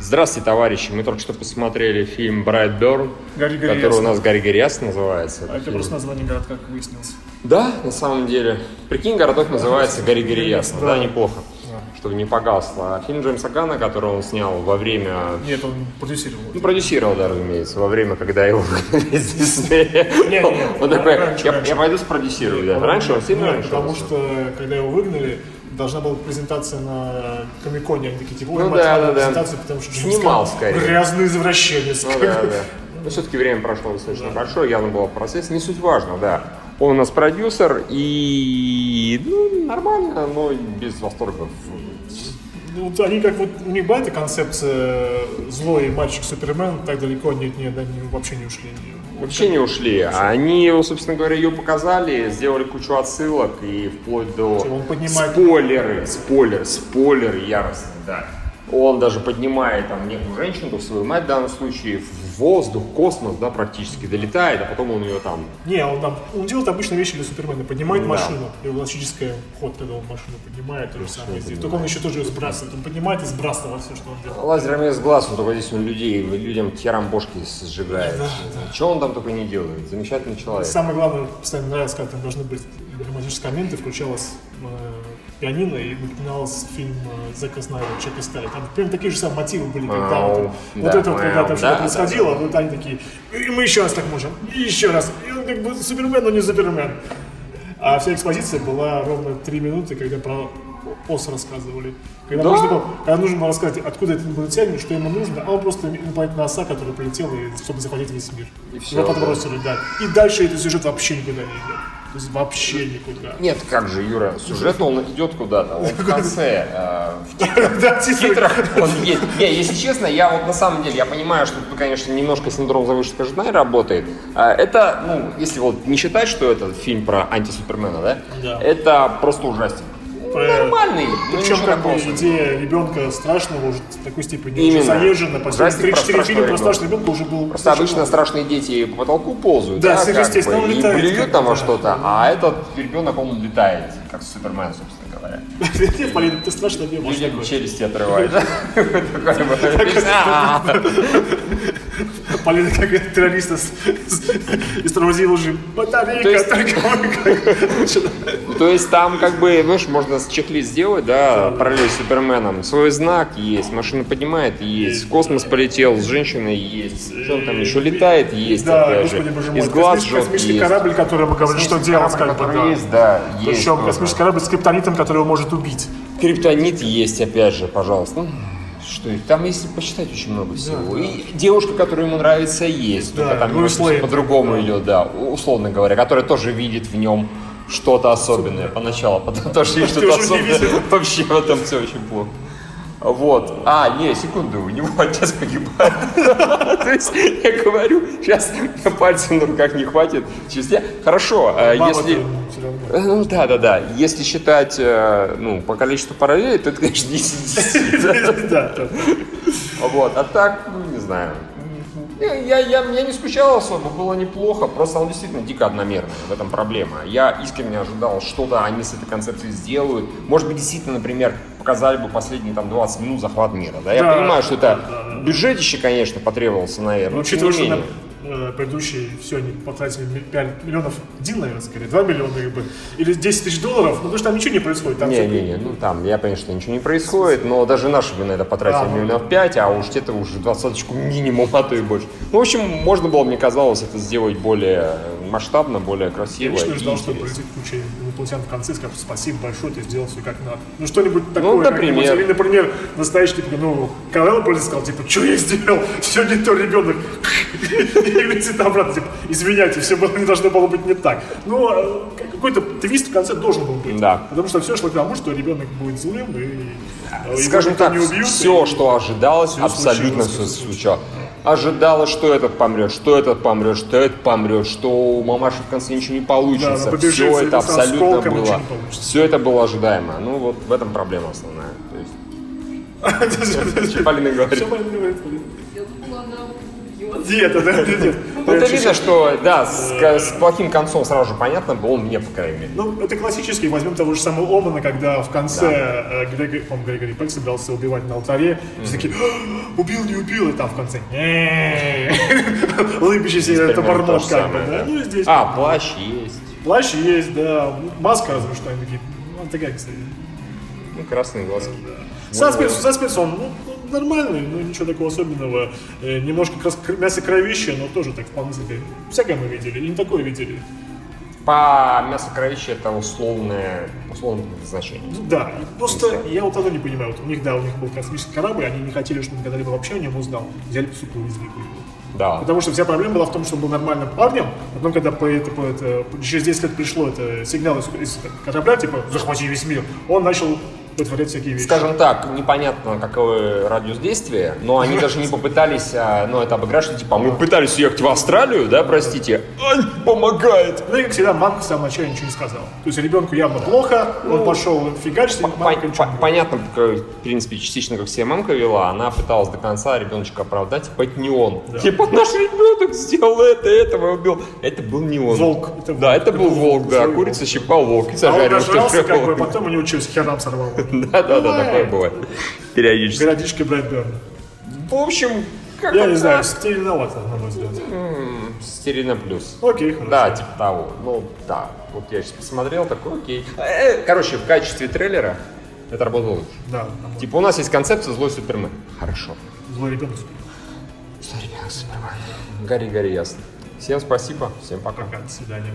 Здравствуйте, товарищи. Мы только что посмотрели фильм «Брайтберн», Гарри Гарри который у Ясно. нас «Гарри Гарри Ясно» называется. А это Фильм. просто название городка, как выяснилось. Да, на самом деле. Прикинь, городок называется «Гарри Гарри Ясно». Да, Да. неплохо. Чтобы не погасло. А фильм Джеймса Гана, который он снял во время... Нет, он продюсировал. Ну, продюсировал, да, разумеется, во время, когда его выгнали из Диснея. Не, не, не. Он такой, Раньше, я- раньше. я пойду спродюсирую, да. Раньше он сильно Нет, раньше. Потому он что, когда его выгнали, должна была презентация на Комиконе, они такие, типа, «Ой, Ну мать, да, надо да, да. презентацию, потому что Джеймс Снимал, Ганн скорее. Грязный извращенец. Ну да, да. Но все-таки время прошло достаточно большое, явно было в процессе. Не суть важно, да. Он у нас продюсер, и ну, нормально, но без восторгов. Ну, вот они как вот, у них была эта концепция злой мальчик Супермен, так далеко нет, нет, они вообще не ушли. Вообще не ушли. А Они, собственно говоря, ее показали, сделали кучу отсылок и вплоть до Он поднимает- спойлеры, спойлер, спойлер яростный, да. Он даже поднимает там некую женщину, свою мать в данном случае, в воздух, космос, да, практически долетает, а потом он ее там Не, он там, он делает обычные вещи для Супермена, поднимает Да. машину, его классический ход, когда он машину поднимает, то же самое здесь. поднимает. Только он еще тоже ее сбрасывает, он поднимает и сбрасывает все, что он делает. Лазерами с глаз, он только здесь он людей, людям херам бошки сжигает. Да, Что он там только не делает? Замечательный человек. Самое главное, постоянно нравится, когда там должны быть драматические моменты, включалась э, пианино и начиналась фильм э, Зака Снайдера «Чек и Сталин». Там примерно такие же самые мотивы были, когда Мяу. вот, вот Да, это вот, когда мяу. там Да, да, что-то происходило, вот они такие, и мы еще раз так можем, и еще раз, и он как бы Супермен, но не Супермен. А вся экспозиция была ровно три минуты, когда про ОС рассказывали. Когда, Да? нужно было, когда нужно было рассказать, откуда этот инопланетянин, что ему нужно, а он просто инопланетная оса, которая прилетела, и- чтобы захватить весь мир. И всё, Его подбросили, да. И дальше этот сюжет вообще никуда не идет. То есть вообще никуда. Нет, как же, Юра, сюжет он идет куда-то. Он в конце, э, в титрах. Да, В титры. титрах он есть. Не, если честно, я вот на самом деле, я понимаю, что тут, конечно, немножко синдром завышенного ожидания работает. А, Это, ну, если вот не считать, что это фильм про антисупермена, да? Да. Это просто ужастик. Про- Нормальный, но Причем ничего Ну, как бы такого особенного. идея ребенка страшного уже в такой степени Именно. уже заезжена. Ужастик Последние про 3-4 фильма страшного про страшного ребенка уже был. Просто обычно страшные дети по потолку ползают, ну, Да, да, как бы, естественно, он и летает блюет как-то, там во да. что-то, а этот ребенок, он летает, как Супермен, собственно говоря. Нет, Полин, ты страшно не был. Людям челюсти отрывает. Такой вот. А-а-а. Полина как террориста из тормозила уже То батарейка, есть- только мы как-» То есть там как бы, знаешь, можно с чек-лист сделать, да, параллель с Суперменом. Свой знак есть, машина поднимает, есть, в космос полетел, с женщиной есть, что он там еще летает, есть. Да, опять же. господи, боже мой. Из глаз космический- жжет, Космический есть. корабль, который ему говорит, что Космический делать, корабль, как бы, который да. Ну, есть, да, есть Причем тоже. космический корабль с криптонитом, который его может убить. Криптонит есть, опять же, пожалуйста. Ну, Что это? там, если посчитать, очень много всего. И девушка, которая ему нравится, есть. Да, только там Луис немножко Лейн. по-другому идет, да, у- условно говоря, которая тоже видит в нем что-то особенное поначалу, потом тоже есть что-то Тоже не особенное. видит. Вообще в этом все очень плохо. Вот. А, не, секунду, у него отец погибает. То есть я говорю, сейчас пальцев на руках не хватит. Через я- Хорошо, а Мама если... там всё равно. Э, Ну да, да, да. Если считать э, ну, по количеству параллелей, то это, конечно, 10 из 10. Да, да. Вот. А так, ну не знаю. Я, я, я, я не скучал особо, было неплохо, просто он действительно дико одномерный, в этом проблема. Я искренне ожидал, что-то они с этой концепцией сделают. Может быть, действительно, например, показали бы последние там 20 минут захват мира. Да? Я Да, понимаю, что это да, да, да. бюджетище, конечно, потребовался, наверное. Ну, но тем учитывая, не что на менее. э, предыдущие все они потратили ми- пять миллионов, один, наверное, скорее, 2 миллиона как бы, или 10 тысяч долларов, ну, потому что там ничего не происходит. Там Не, всё- не, не, ну там, я понимаю, что ничего не происходит, но даже наши бы на это потратили А, ну. миллионов пять, а уж это уже двадцаточку минимум, а то и больше. Ну, в общем, можно было, мне казалось, это сделать более масштабно, более Я красиво. лично и ждал, что интересно. полетит куча инопланетян в конце и скажут спасибо большое, ты сделал все как надо. Ну что-нибудь такое. Ну, как-нибудь. например. Или, например, настоящий, типа, ну, Карел Полис сказал, типа, что я сделал? Все не то, ребенок. И летит обратно, типа, извиняйте, все было, не должно было быть не так. Ну, а какой-то твист в конце должен был быть. Да. Потому что все шло к тому, что ребенок будет злым и... э, его Скажем никто так, не убьют, все, и- что ожидалось, всё абсолютно случилось, все как случилось. Ожидалось, что этот помрет, что этот помрет, что этот помрет, что у мамаши в конце ничего не Да, она получится. побежит все за это этим со абсолютно осколком, ничего было. не получится. Все это было ожидаемо. Ну вот в этом проблема основная. То есть, Полина говорит. Всё Полина говорит, Полина. Я думала, она убьет. Диета, да, диета. Ну, Я это честно- видно, что, да, с, к- с плохим концом сразу же понятно было мне, по крайней мере. Ну, это классический. Возьмем того же самого Омана, когда в конце э, Грегори, по Грегори Пек собирался убивать на алтаре. и Все такие, «А, убил, не убил, и там в конце. «Не-е-е». Улыбящийся это примерно то бормот же как бы. самое, да. да. Ну, и здесь А, плащ есть. плащ есть, да. Маска разве что. Они такие, ну, она такая, кстати. Ну, красные глазки. Саспенс, саспенс он, ну, ну, нормальный, ну, ничего такого особенного. Э, немножко крас- кр- мясо кровище, но тоже так вполне себе. Всякое мы видели, и не такое видели. По мясу кровища это условное, условное значение. Да, и просто я вот одно не понимаю. Вот у них, да, у них был космический корабль, они не хотели, чтобы когда-либо вообще о нем узнал. Взяли сука увезли куда-либо. Да. Потому что вся проблема была в том, что он был нормальным парнем, а потом, когда по, это, по- это- через 10 лет пришло это сигнал из, из корабля, типа, захвати весь мир, он начал вытворять всякие вещи. Скажем так, непонятно, какой радиус действия, но они даже не попытались, а, ну, это обыграть, что типа, мы пытались ехать в Австралию, да, простите, Ань, помогает. Ну и, как всегда, мамка с самого начала ничего не сказала. То есть ребенку явно плохо, он Ну, пошел фигачить, и Пон- мамка ничего пон- не говорит. Понятно, как, э, в принципе, частично, как себя мамка вела, она пыталась до конца ребеночка оправдать, типа, это не он. Типа, наш ребенок сделал это, этого убил. Это был не он. Волк. Это да, волк. это был волк, да, Злой волк. курица щипал волк и А он сожарил. нажрался, как бы, потом у него челюсть херам сорвало. Да, да, да, такое бывает. Периодически. Городишки Брэдберна. В общем, как Я не знаю, стерильновато, на мой взгляд. Стерильно плюс. Окей, хорошо. Да, типа того. Ну, да. Вот я сейчас посмотрел, такой, окей. Э, Короче, в качестве трейлера это работало лучше. Да, там вот Типа, у нас есть концепция злой Супермен. Хорошо. злой ребенок. Злой ребенок Супермен. Гори, гори, ясно. Всем спасибо, всем пока. Пока, до свидания.